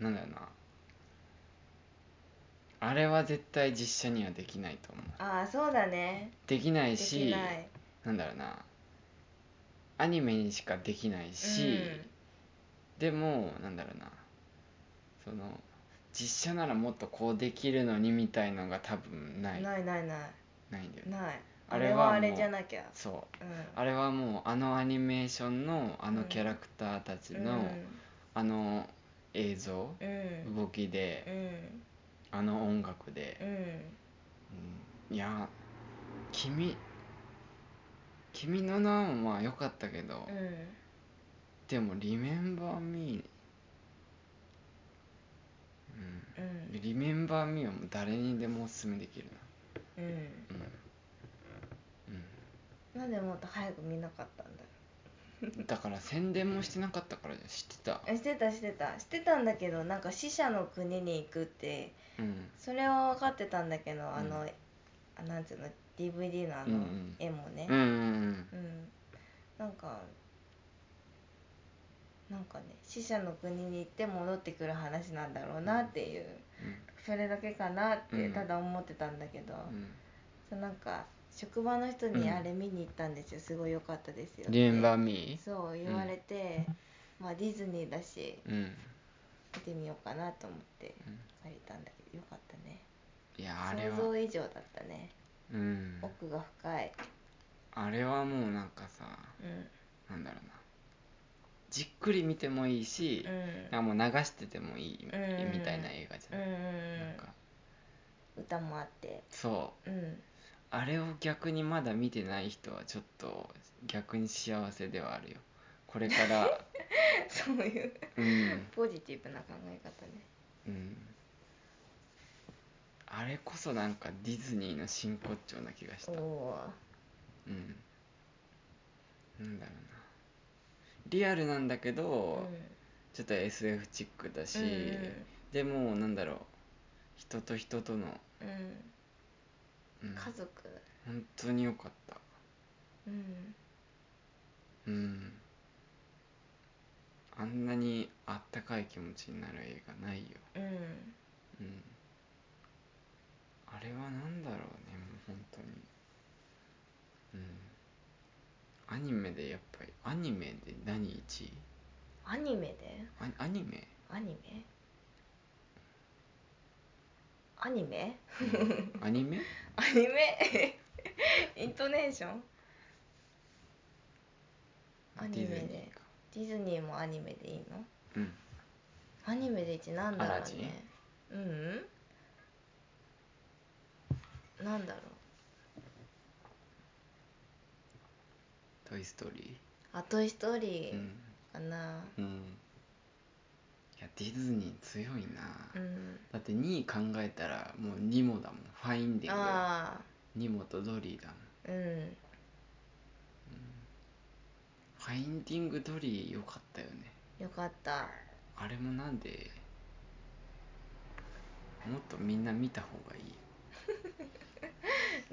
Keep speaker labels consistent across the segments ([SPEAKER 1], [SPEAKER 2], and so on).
[SPEAKER 1] なんだよなあれは絶対実写にはできないと思う
[SPEAKER 2] ああそうだね
[SPEAKER 1] できない
[SPEAKER 2] で
[SPEAKER 1] し
[SPEAKER 2] きない
[SPEAKER 1] なんだろうなアニメにしかできないし、でもなんだろうなその実写ならもっとこうできるのにみたいのが多分
[SPEAKER 2] う、
[SPEAKER 1] なんいな
[SPEAKER 2] ないないない
[SPEAKER 1] いんだよね
[SPEAKER 2] ない
[SPEAKER 1] あ
[SPEAKER 2] あ
[SPEAKER 1] れ
[SPEAKER 2] れは
[SPEAKER 1] はもう
[SPEAKER 2] あれじゃなきゃ
[SPEAKER 1] そう
[SPEAKER 2] うん
[SPEAKER 1] あれはもうあのアニメーションのあのキャラクターたちの、あの映像、
[SPEAKER 2] うんうん
[SPEAKER 1] 動き
[SPEAKER 2] う
[SPEAKER 1] で、
[SPEAKER 2] ん
[SPEAKER 1] あの音楽で、
[SPEAKER 2] うん
[SPEAKER 1] うんいや君君の名はまあ良かったけど、
[SPEAKER 2] うん
[SPEAKER 1] でも「リメンバー・ミー」
[SPEAKER 2] う
[SPEAKER 1] うんん「リメンバー・ミー」はもう誰にでもおすすめできる
[SPEAKER 2] うん
[SPEAKER 1] な
[SPEAKER 2] なんでもっと早く見なかったんだろ
[SPEAKER 1] うん、うん、だから宣伝もしてなかったからじゃん知ってた
[SPEAKER 2] うえしてたしてたしてたんだけどなんか死者の国に行くって
[SPEAKER 1] うん
[SPEAKER 2] それは分かってたんだけどあの、
[SPEAKER 1] うん
[SPEAKER 2] あなんつうの DVD のあ
[SPEAKER 1] うんう
[SPEAKER 2] の
[SPEAKER 1] ん
[SPEAKER 2] 絵もね
[SPEAKER 1] うんうん
[SPEAKER 2] うん、なんかなんかね死者の国に行って戻ってくる話なんだろうなっていう、それだけかなって
[SPEAKER 1] うん
[SPEAKER 2] ただ思ってたんだけど、
[SPEAKER 1] うんうん
[SPEAKER 2] そうなんか職場の人
[SPEAKER 1] う
[SPEAKER 2] に
[SPEAKER 1] ん
[SPEAKER 2] あれ見に行ったんですよすごい良かったですよって
[SPEAKER 1] リメンバー・ミー
[SPEAKER 2] そう言われて、まあディズニーだし
[SPEAKER 1] うん
[SPEAKER 2] 見てみようかなと思って
[SPEAKER 1] うん
[SPEAKER 2] 借りたんだけどよかったね
[SPEAKER 1] いやあれ
[SPEAKER 2] 想像
[SPEAKER 1] は
[SPEAKER 2] 以上だったね
[SPEAKER 1] うん
[SPEAKER 2] 奥が深い
[SPEAKER 1] あれはもうなんかさ
[SPEAKER 2] う
[SPEAKER 1] なんだろうなじっくり見てもいいし
[SPEAKER 2] ん、うん
[SPEAKER 1] なんかもう流しててもいいみ
[SPEAKER 2] うんうんうん
[SPEAKER 1] たいな映画じ
[SPEAKER 2] う
[SPEAKER 1] ゃ
[SPEAKER 2] ん
[SPEAKER 1] ん、
[SPEAKER 2] うん
[SPEAKER 1] なんか
[SPEAKER 2] うん歌もあって
[SPEAKER 1] そう
[SPEAKER 2] うん
[SPEAKER 1] あれを逆にまだ見てない人はちょっと逆に幸せではあるよこれから
[SPEAKER 2] そういう
[SPEAKER 1] うん、
[SPEAKER 2] ポジティブな考え方ね
[SPEAKER 1] うん、あれこそなんかディズニーの真骨頂な気がした
[SPEAKER 2] お
[SPEAKER 1] うん
[SPEAKER 2] お
[SPEAKER 1] なんだろうなリアルなんだけ
[SPEAKER 2] ー
[SPEAKER 1] ど、ちょっと SF チックだし、でもなんだろう人と人との、
[SPEAKER 2] うんうん
[SPEAKER 1] うん、
[SPEAKER 2] 家族
[SPEAKER 1] 本当に良かった
[SPEAKER 2] うん
[SPEAKER 1] うんあんなにあったかい気持ちになる映画ないよ、
[SPEAKER 2] うん
[SPEAKER 1] うん、あれは何だろうねもう本当にうんアニメでやっぱりアニメで何1位
[SPEAKER 2] アニメで
[SPEAKER 1] アアニメ、
[SPEAKER 2] アニメアニメ
[SPEAKER 1] うん アニメ
[SPEAKER 2] アニメ イントネーションアニメで
[SPEAKER 1] ディズニーか
[SPEAKER 2] ディズニーもアニメでいいの
[SPEAKER 1] うん
[SPEAKER 2] アニメで一なんだろ
[SPEAKER 1] アラ
[SPEAKER 2] う
[SPEAKER 1] ジ
[SPEAKER 2] ねうんなんだろう
[SPEAKER 1] 「トイ・ストーリ
[SPEAKER 2] 「あトイ・ストー
[SPEAKER 1] ー」
[SPEAKER 2] リ
[SPEAKER 1] う
[SPEAKER 2] ー
[SPEAKER 1] ん」
[SPEAKER 2] かな
[SPEAKER 1] うんいやディズニー強いな、
[SPEAKER 2] うん、
[SPEAKER 1] だって2位考えたらもうニモだもんファインディング
[SPEAKER 2] あ
[SPEAKER 1] ニモとドリーだもん
[SPEAKER 2] あうん
[SPEAKER 1] ファインディングドリー良かったよね
[SPEAKER 2] よかった
[SPEAKER 1] あれもなんでもっとみんな見た方がいいよ、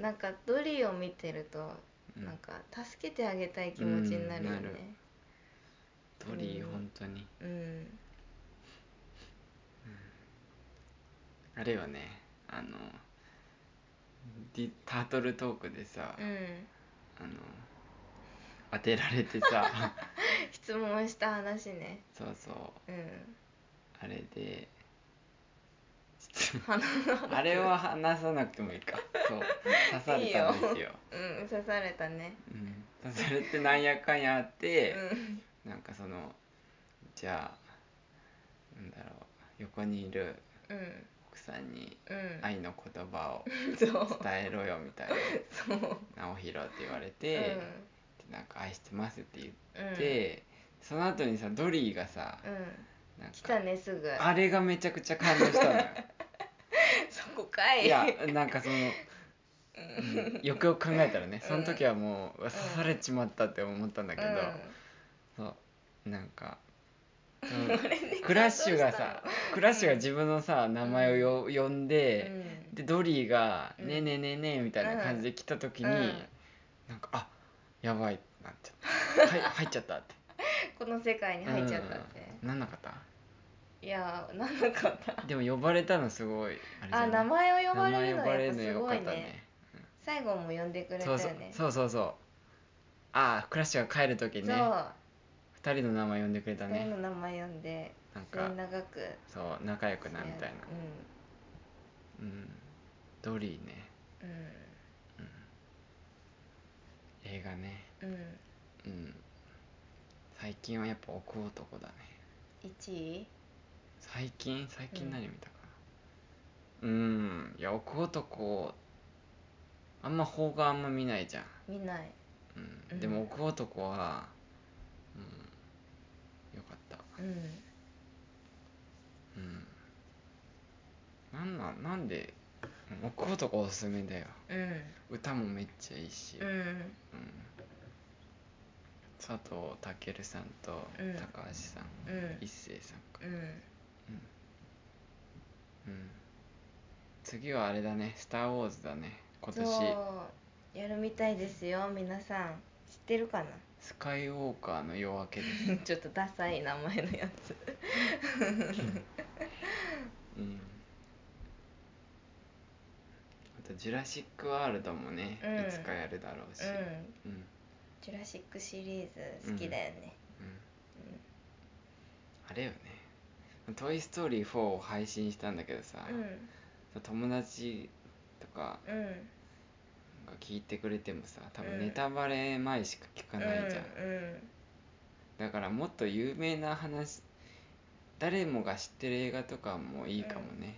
[SPEAKER 2] なんかドリーを見てると
[SPEAKER 1] うん
[SPEAKER 2] なんか助けてあげたい気持ちになるよ
[SPEAKER 1] うんなる
[SPEAKER 2] ね
[SPEAKER 1] ドリー
[SPEAKER 2] うん
[SPEAKER 1] 本当に
[SPEAKER 2] うん
[SPEAKER 1] あれよねあのディタートルトークでさ、
[SPEAKER 2] うん
[SPEAKER 1] あの当てられてさ
[SPEAKER 2] 質問した話ね
[SPEAKER 1] そうそう
[SPEAKER 2] うん
[SPEAKER 1] あれでちょっとあれは話さなくてもいいかそう刺されたんですよ
[SPEAKER 2] うん刺されたね
[SPEAKER 1] うん、刺されてなんやかんやあって
[SPEAKER 2] う、ん
[SPEAKER 1] なんかそのじゃあなんだろう横にいる
[SPEAKER 2] うん
[SPEAKER 1] 奥さんに
[SPEAKER 2] うん
[SPEAKER 1] 愛の言葉を
[SPEAKER 2] そう
[SPEAKER 1] 伝えろよみたい
[SPEAKER 2] そう
[SPEAKER 1] な「直弘」って言われ
[SPEAKER 2] うん
[SPEAKER 1] て「でなんか愛してます」って言
[SPEAKER 2] うん
[SPEAKER 1] って、その後にさドリーがさ
[SPEAKER 2] うん
[SPEAKER 1] なん
[SPEAKER 2] 来た
[SPEAKER 1] か
[SPEAKER 2] ねすぐ
[SPEAKER 1] あれがめちゃくちゃ感動したのよ。
[SPEAKER 2] そこかい
[SPEAKER 1] いやなんかその、うんよくよく考えたらねその時はもううわ刺されちまったって思ったんだけど、そうな んか、うんクラッシュがさクラッシュが自分のさ名前をよ呼ん
[SPEAKER 2] うん
[SPEAKER 1] で、でドリーが「
[SPEAKER 2] うん
[SPEAKER 1] ねえねえねえねえ」みたいな感じで来た時に、
[SPEAKER 2] うん
[SPEAKER 1] なんか「あやばい」ってなっ ちゃった「はい入っちゃった」って
[SPEAKER 2] この世界に入っちゃったって、
[SPEAKER 1] うんなんなかった
[SPEAKER 2] いやーなのかな
[SPEAKER 1] でも呼ばれたのすごいあれじ
[SPEAKER 2] あ
[SPEAKER 1] ゃない
[SPEAKER 2] 名前を呼ばれる
[SPEAKER 1] 名
[SPEAKER 2] の
[SPEAKER 1] 呼ば
[SPEAKER 2] は
[SPEAKER 1] れ
[SPEAKER 2] やっぱ
[SPEAKER 1] るの
[SPEAKER 2] す
[SPEAKER 1] よ
[SPEAKER 2] ご
[SPEAKER 1] か
[SPEAKER 2] い
[SPEAKER 1] っ
[SPEAKER 2] ね
[SPEAKER 1] たね
[SPEAKER 2] 最後も呼んでくれた
[SPEAKER 1] そ
[SPEAKER 2] よ
[SPEAKER 1] うそう
[SPEAKER 2] ね
[SPEAKER 1] そうそうそうああクラッシュが帰る時ね二人の名前呼んでくれた
[SPEAKER 2] そう誰
[SPEAKER 1] ね
[SPEAKER 2] の名前呼んで
[SPEAKER 1] なん
[SPEAKER 2] 末
[SPEAKER 1] か
[SPEAKER 2] 永く
[SPEAKER 1] そう仲良くなみたいな
[SPEAKER 2] う
[SPEAKER 1] うんドリーね
[SPEAKER 2] ん
[SPEAKER 1] 映画ね
[SPEAKER 2] うんうん
[SPEAKER 1] うん最近はやっぱ奥男だね
[SPEAKER 2] 1位
[SPEAKER 1] 最近最
[SPEAKER 2] うん
[SPEAKER 1] 近何見たかなうんいや奥男あんま邦画あんま見ないじゃん、
[SPEAKER 2] 見ない
[SPEAKER 1] うん
[SPEAKER 2] うん
[SPEAKER 1] でも奥男はうんよかった
[SPEAKER 2] うん
[SPEAKER 1] うんなんなんなんでうん奥男おすすめだよ
[SPEAKER 2] うん
[SPEAKER 1] 歌もめっちゃいいし、
[SPEAKER 2] う
[SPEAKER 1] うん
[SPEAKER 2] ん
[SPEAKER 1] 佐藤健さんと
[SPEAKER 2] うん
[SPEAKER 1] 高橋さん、
[SPEAKER 2] うん
[SPEAKER 1] 一生さんか
[SPEAKER 2] うん
[SPEAKER 1] うん次はあれだね「スター・ウォーズ」だね今年
[SPEAKER 2] そうやるみたいですよ皆さん知ってるか
[SPEAKER 1] スカイウォーカーの夜明けです
[SPEAKER 2] なちょっとダサい名前のやつ
[SPEAKER 1] うんあと「ジュラシック・ワールド」もね、
[SPEAKER 2] うん
[SPEAKER 1] いつかやるだろうし、
[SPEAKER 2] うん
[SPEAKER 1] うん
[SPEAKER 2] 「ジュラシック」シリーズ好きだよね
[SPEAKER 1] うんあれよね「トイ・ストーリー4」を配信したんだけどさ、
[SPEAKER 2] うん
[SPEAKER 1] 友達とか
[SPEAKER 2] うん
[SPEAKER 1] が聞いてくれてもさ多
[SPEAKER 2] う
[SPEAKER 1] 分
[SPEAKER 2] ん
[SPEAKER 1] ネタバレ前しか聞かないじゃん、
[SPEAKER 2] うんうん
[SPEAKER 1] だからもっと有名な話誰もが知ってる映画とかもいいかもね、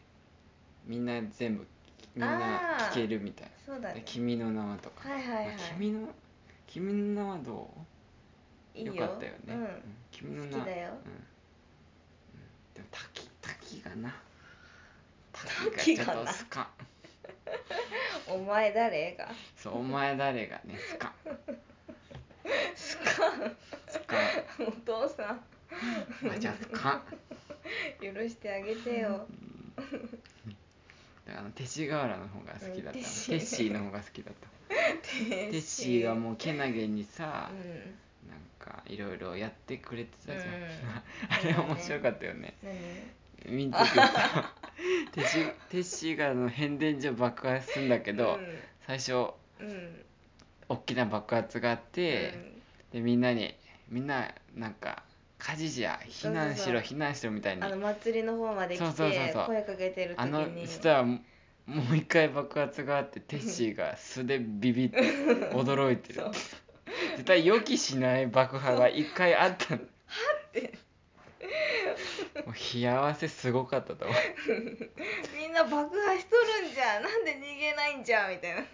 [SPEAKER 1] みんな全部みんな
[SPEAKER 2] あー
[SPEAKER 1] 聞けるみたい
[SPEAKER 2] そうだ
[SPEAKER 1] な「
[SPEAKER 2] ね
[SPEAKER 1] 君の名は」とか「
[SPEAKER 2] はいはいはい
[SPEAKER 1] あ君の君の名はどう
[SPEAKER 2] いいよ
[SPEAKER 1] かったよね、
[SPEAKER 2] う
[SPEAKER 1] うん
[SPEAKER 2] ん、
[SPEAKER 1] 君の名
[SPEAKER 2] 好きだよ
[SPEAKER 1] うんうん、でも滝滝がな
[SPEAKER 2] 滝
[SPEAKER 1] 滝
[SPEAKER 2] が
[SPEAKER 1] が
[SPEAKER 2] な
[SPEAKER 1] ちょっとスカン
[SPEAKER 2] お前誰が
[SPEAKER 1] そうお前誰がねスカン
[SPEAKER 2] スカ
[SPEAKER 1] スカン
[SPEAKER 2] お父さん
[SPEAKER 1] まあじゃあスカン
[SPEAKER 2] 許してあげてよ
[SPEAKER 1] あの勅使河原の方が好きだ
[SPEAKER 2] うん
[SPEAKER 1] ったテ
[SPEAKER 2] 勅使
[SPEAKER 1] ッシーの方が好きだった
[SPEAKER 2] テ
[SPEAKER 1] テッシーがもうけなげにさ
[SPEAKER 2] う、ん
[SPEAKER 1] なんかいろいろやってくれてたじゃん、
[SPEAKER 2] うん
[SPEAKER 1] あれ面白かったよね
[SPEAKER 2] 何
[SPEAKER 1] 見て くさ テッシーテッシーがあの変電所爆発するんだけど、最初
[SPEAKER 2] うんうん
[SPEAKER 1] 大きな爆発があっ
[SPEAKER 2] う
[SPEAKER 1] て、
[SPEAKER 2] ん
[SPEAKER 1] でみんなにみんななんか火事じゃ避難しろ
[SPEAKER 2] そうそう
[SPEAKER 1] 避難しろみたいに
[SPEAKER 2] あの祭りの方まで来て
[SPEAKER 1] そうそうそうそう
[SPEAKER 2] 声かけてる時
[SPEAKER 1] あ
[SPEAKER 2] に
[SPEAKER 1] のしたらもう一回爆発があってテッシーが素でビビって驚いてる
[SPEAKER 2] そう
[SPEAKER 1] 絶対予期しない爆破が一回あったはってもう冷や汗すごかったと思う
[SPEAKER 2] みんな爆破しとるんじゃんなんで逃げないんじゃんみたいな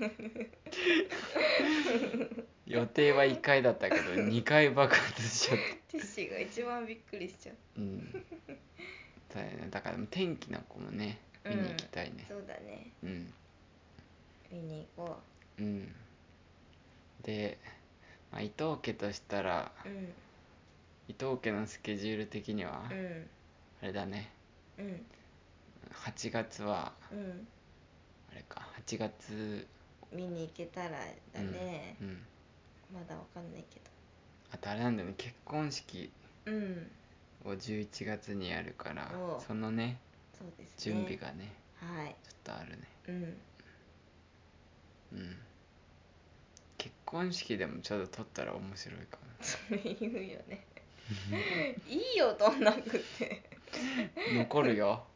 [SPEAKER 1] 予定は1回だったけど2回爆発しちゃって
[SPEAKER 2] ティッシーが一番びっくりしちゃう
[SPEAKER 1] うんそうやねだから天気の子もね見に行きたいね
[SPEAKER 2] そうだね
[SPEAKER 1] うん
[SPEAKER 2] 見に行こ
[SPEAKER 1] うん、で、まあ、伊藤家としたら
[SPEAKER 2] ううん
[SPEAKER 1] 伊藤家のスケジュール的には
[SPEAKER 2] うん
[SPEAKER 1] あれだね
[SPEAKER 2] うん
[SPEAKER 1] 8月は
[SPEAKER 2] うん
[SPEAKER 1] あれか8月
[SPEAKER 2] 見に行けたらだね、
[SPEAKER 1] うん
[SPEAKER 2] まだわかんないけ
[SPEAKER 1] あとあれなんだよね結婚式
[SPEAKER 2] どうん
[SPEAKER 1] を11月にやるから
[SPEAKER 2] おう
[SPEAKER 1] そのね
[SPEAKER 2] そうですね
[SPEAKER 1] 準備がね
[SPEAKER 2] はい
[SPEAKER 1] ちょっとあるね
[SPEAKER 2] うん
[SPEAKER 1] うん結婚式でもちょっと撮ったら面白いか
[SPEAKER 2] それ言うよね いいよ撮んなくて
[SPEAKER 1] な残る よ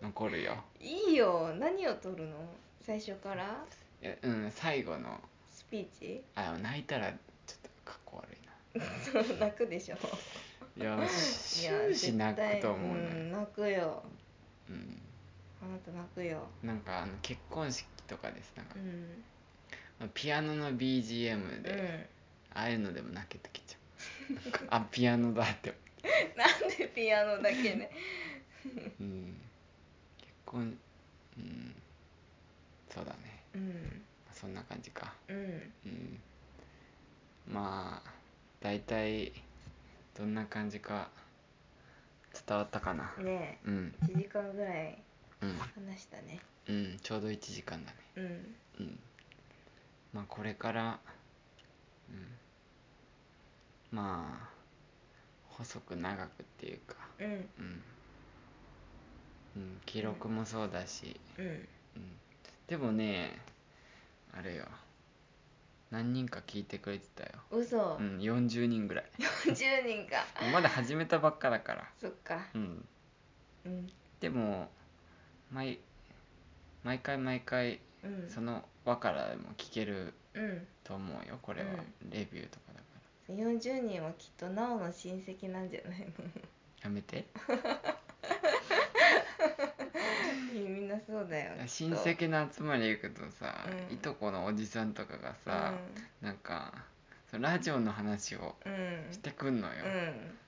[SPEAKER 1] 残るよ
[SPEAKER 2] いいよ何を撮るの最初から
[SPEAKER 1] えうん最後の
[SPEAKER 2] スピーチ
[SPEAKER 1] あ泣いたらちょっとかっこ悪い
[SPEAKER 2] そう泣くでしょ
[SPEAKER 1] ないやし終始泣くと思う
[SPEAKER 2] う
[SPEAKER 1] ね
[SPEAKER 2] ん、泣くよ
[SPEAKER 1] うん
[SPEAKER 2] あなた泣くよ
[SPEAKER 1] なんかあの結婚式とかですなんか
[SPEAKER 2] うん
[SPEAKER 1] ピアノの BGM で、
[SPEAKER 2] うん
[SPEAKER 1] ああいうのでも泣けてきちゃうなんかあピアノだって、
[SPEAKER 2] なんでピアノだけね
[SPEAKER 1] うん、結婚うんそうだね
[SPEAKER 2] うん
[SPEAKER 1] そんな感じか
[SPEAKER 2] うん
[SPEAKER 1] うんまあ大体どんな感じか伝わったかな
[SPEAKER 2] ね
[SPEAKER 1] うん
[SPEAKER 2] え1時間ぐらい
[SPEAKER 1] うん
[SPEAKER 2] 話したね
[SPEAKER 1] うんちょうど1時間だね
[SPEAKER 2] うん
[SPEAKER 1] うんまあこれからうんまあ細く長くっていうか
[SPEAKER 2] うん
[SPEAKER 1] うんうん、記録もそうだし、
[SPEAKER 2] うん
[SPEAKER 1] うん、でもねあれよ何人か聞いてくれてたよ、
[SPEAKER 2] 嘘、
[SPEAKER 1] うん、40人ぐらい
[SPEAKER 2] 10人か
[SPEAKER 1] まだ始めたばっかだから、
[SPEAKER 2] そっか
[SPEAKER 1] うん、
[SPEAKER 2] うん
[SPEAKER 1] でも毎毎回毎回
[SPEAKER 2] うん
[SPEAKER 1] その輪からでも聞ける
[SPEAKER 2] うん
[SPEAKER 1] と思うよこれは、レビューとかだから
[SPEAKER 2] 40人はきっとなおの親戚なんじゃない
[SPEAKER 1] やめて
[SPEAKER 2] の みんなそうだよ
[SPEAKER 1] 親戚の集まり行くとさ、
[SPEAKER 2] うん
[SPEAKER 1] いとこのおじさんとかがさ、なんかそのラジオの話を
[SPEAKER 2] うんうん
[SPEAKER 1] してくんのよ、
[SPEAKER 2] うん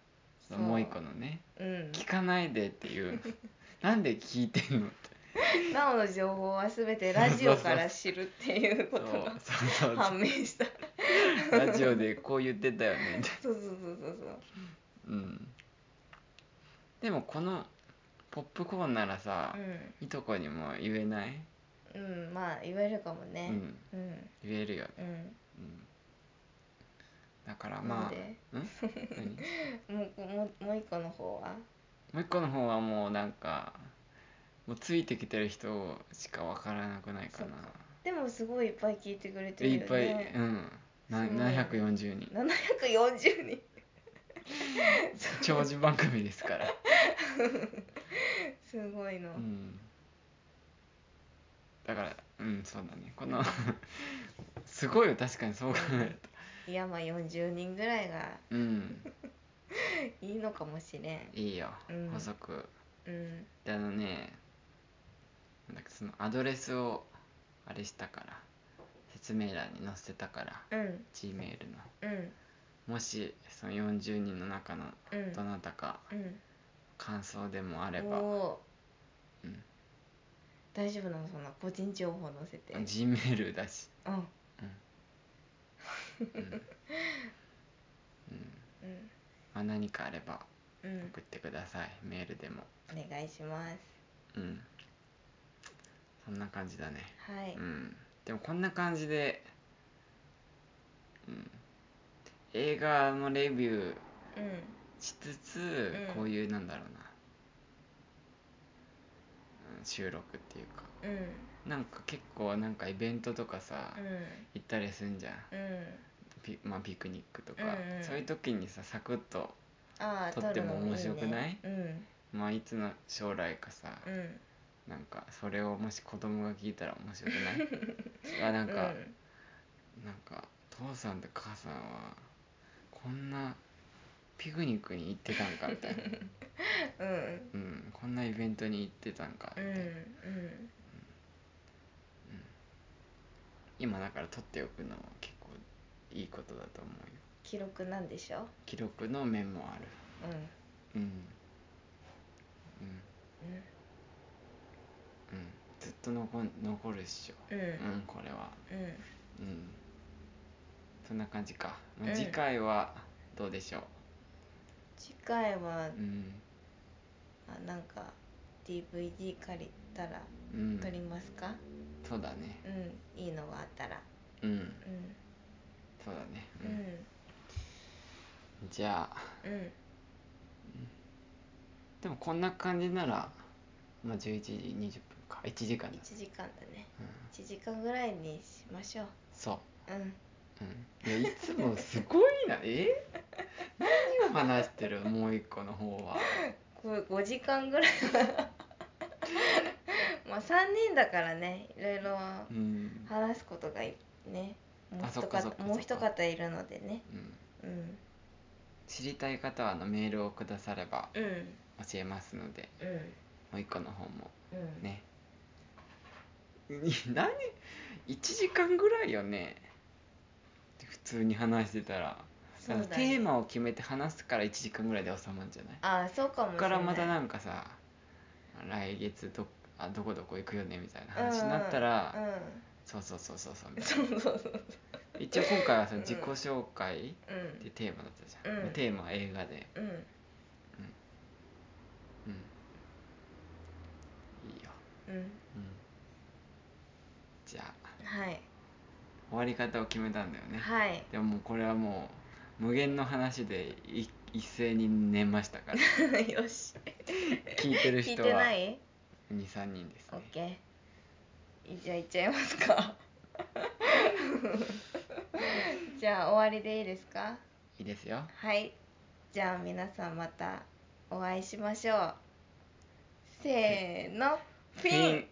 [SPEAKER 1] そのもう一個のね
[SPEAKER 2] うん
[SPEAKER 1] 「聞かないで」って いう「なんで聞いてんの?」って
[SPEAKER 2] なおの情報は全てラジオから知るっていうこ
[SPEAKER 1] そう
[SPEAKER 2] とが
[SPEAKER 1] そうそう
[SPEAKER 2] 判明した
[SPEAKER 1] ラジオでこう言ってたよねみたい
[SPEAKER 2] そうそうそうそうそう
[SPEAKER 1] なうんでもこのポップコーンならさ、いとこにも言えない、
[SPEAKER 2] うん、うん、まあ言われるかも
[SPEAKER 1] う
[SPEAKER 2] ね
[SPEAKER 1] ん、
[SPEAKER 2] うん
[SPEAKER 1] 言えるよね、
[SPEAKER 2] うん
[SPEAKER 1] うん、だから
[SPEAKER 2] なん
[SPEAKER 1] まあ
[SPEAKER 2] で
[SPEAKER 1] うん何
[SPEAKER 2] もうもうもう一個の方は
[SPEAKER 1] もう一個の方はもうなんかもうついてきてる人しかわからなくないかな
[SPEAKER 2] でもすごいいっぱい聞いてくれて
[SPEAKER 1] で
[SPEAKER 2] るよ
[SPEAKER 1] いっ
[SPEAKER 2] ね
[SPEAKER 1] ぱい、うんな
[SPEAKER 2] すごいね
[SPEAKER 1] 740人
[SPEAKER 2] 740人
[SPEAKER 1] 長寿番組ですから、
[SPEAKER 2] すごいの、
[SPEAKER 1] うん、だからうんそうだねこの すごいよ確かにそう考える
[SPEAKER 2] いやまあ40人ぐらいが
[SPEAKER 1] とうん
[SPEAKER 2] いいのかもしれん
[SPEAKER 1] いいよ
[SPEAKER 2] うん
[SPEAKER 1] 補足
[SPEAKER 2] うん
[SPEAKER 1] であのねなんだっけそのアドレスをあれしたから説明欄に載せたから
[SPEAKER 2] うん
[SPEAKER 1] G メールの
[SPEAKER 2] うん
[SPEAKER 1] もしその40人の中の
[SPEAKER 2] うん
[SPEAKER 1] どなたか
[SPEAKER 2] う
[SPEAKER 1] 感想でもあれ
[SPEAKER 2] ん
[SPEAKER 1] ば、
[SPEAKER 2] おお
[SPEAKER 1] うん、
[SPEAKER 2] 大丈夫なのそんな個人情報載せてうん
[SPEAKER 1] G メールだし、うんうん
[SPEAKER 2] うん
[SPEAKER 1] まあ、何かあれば
[SPEAKER 2] うん
[SPEAKER 1] 送ってください、メールでも、
[SPEAKER 2] お願いします
[SPEAKER 1] うん、そんな感じだね、
[SPEAKER 2] はい、
[SPEAKER 1] うん、でもこんな感じで、うん、映画のレビュ
[SPEAKER 2] う
[SPEAKER 1] ー
[SPEAKER 2] ん
[SPEAKER 1] しつつ、
[SPEAKER 2] うん
[SPEAKER 1] こういうなんだろうな、うん、収録っていうか
[SPEAKER 2] うん
[SPEAKER 1] なんか結構なんかイベントとかさ、
[SPEAKER 2] うん
[SPEAKER 1] 行ったりすんじゃ
[SPEAKER 2] う
[SPEAKER 1] ん
[SPEAKER 2] ん
[SPEAKER 1] ピ,、まあ、ピクニックとか、
[SPEAKER 2] うんうん
[SPEAKER 1] そういう時にさサクッと、
[SPEAKER 2] ああ
[SPEAKER 1] 撮っても面白くない
[SPEAKER 2] うん
[SPEAKER 1] まあ、いつの将来かさ、
[SPEAKER 2] うん
[SPEAKER 1] なんかそれをもし子供が聞いたら面白く ないあなんか、
[SPEAKER 2] うん
[SPEAKER 1] なんか父さんと母さんはこんなピクニックに行ってたんかみ たいな、
[SPEAKER 2] うん
[SPEAKER 1] うん、こんなイベントに行ってたんか
[SPEAKER 2] う
[SPEAKER 1] みたいな、
[SPEAKER 2] ん
[SPEAKER 1] 今だから撮っておくのは結構いいことだと思うよ
[SPEAKER 2] 記録なんでしょ
[SPEAKER 1] 記録の面もある
[SPEAKER 2] うん
[SPEAKER 1] うんうんうんずっと残ん残るっしょ
[SPEAKER 2] うんう
[SPEAKER 1] うんんこれは
[SPEAKER 2] うん
[SPEAKER 1] うんそんな感じか、ま
[SPEAKER 2] う
[SPEAKER 1] あ
[SPEAKER 2] ん
[SPEAKER 1] 次回はどうでしょ
[SPEAKER 2] 次回は
[SPEAKER 1] ううん
[SPEAKER 2] あなんか DVD 借りたら
[SPEAKER 1] うん
[SPEAKER 2] 撮りますか
[SPEAKER 1] そうだね
[SPEAKER 2] うん、いいのがあったら
[SPEAKER 1] うん
[SPEAKER 2] うん
[SPEAKER 1] そうだね
[SPEAKER 2] う
[SPEAKER 1] うん
[SPEAKER 2] ん
[SPEAKER 1] じゃあ
[SPEAKER 2] うん
[SPEAKER 1] でもこんな感じならまあ11時20分か1時間だ、
[SPEAKER 2] 1時間だね
[SPEAKER 1] うん、
[SPEAKER 2] 1時間ぐらいにしましょう
[SPEAKER 1] そう
[SPEAKER 2] うん
[SPEAKER 1] うん、いやいつもすごいなえ何を話してるもう一個の方は
[SPEAKER 2] こう5時間ぐらい まあ3人だからねいろいろ
[SPEAKER 1] うん、
[SPEAKER 2] 話すことがいねもう
[SPEAKER 1] あそ
[SPEAKER 2] 一
[SPEAKER 1] っかそっかそっ
[SPEAKER 2] 方
[SPEAKER 1] か
[SPEAKER 2] もう一方いるのでね
[SPEAKER 1] うん、
[SPEAKER 2] うん
[SPEAKER 1] 知りたい方はあのメールをくだされば
[SPEAKER 2] うん
[SPEAKER 1] 教えますので
[SPEAKER 2] うん
[SPEAKER 1] もう一個の方も
[SPEAKER 2] うん
[SPEAKER 1] ね 何1時間ぐらいよね普通に話してたら、
[SPEAKER 2] そう
[SPEAKER 1] だ
[SPEAKER 2] だ
[SPEAKER 1] か
[SPEAKER 2] ね
[SPEAKER 1] らテーマを決めて話すから1時間ぐらいで収まるんじゃない
[SPEAKER 2] ああそうかも
[SPEAKER 1] こ
[SPEAKER 2] し
[SPEAKER 1] っ
[SPEAKER 2] れな
[SPEAKER 1] か
[SPEAKER 2] い
[SPEAKER 1] らまたなんかさ来月どあどこどこ行くよねみたいな話になったら、そうそうそうそうそうみたいな
[SPEAKER 2] うんそうそう
[SPEAKER 1] 一応今回はさ
[SPEAKER 2] うん
[SPEAKER 1] 自己紹介っ
[SPEAKER 2] そう
[SPEAKER 1] てテーマだったじゃん、
[SPEAKER 2] うん
[SPEAKER 1] まあテーマは映画で
[SPEAKER 2] うんうん
[SPEAKER 1] うんいいよ、
[SPEAKER 2] うん
[SPEAKER 1] うん、じゃあ
[SPEAKER 2] はい
[SPEAKER 1] 終わり方を決めたんだよね、
[SPEAKER 2] はい
[SPEAKER 1] でももうこれはもう無限の話で い一斉に寝ましたから
[SPEAKER 2] よし
[SPEAKER 1] 聞いてる
[SPEAKER 2] 聞い
[SPEAKER 1] 人
[SPEAKER 2] て
[SPEAKER 1] は
[SPEAKER 2] ない
[SPEAKER 1] 23人です
[SPEAKER 2] オッ
[SPEAKER 1] ね
[SPEAKER 2] ケーじゃあ行っちゃいますか じゃあ終わりでいいですか
[SPEAKER 1] いいですよ
[SPEAKER 2] はいじゃあ皆さ んまたお会いしましょうせーのフィン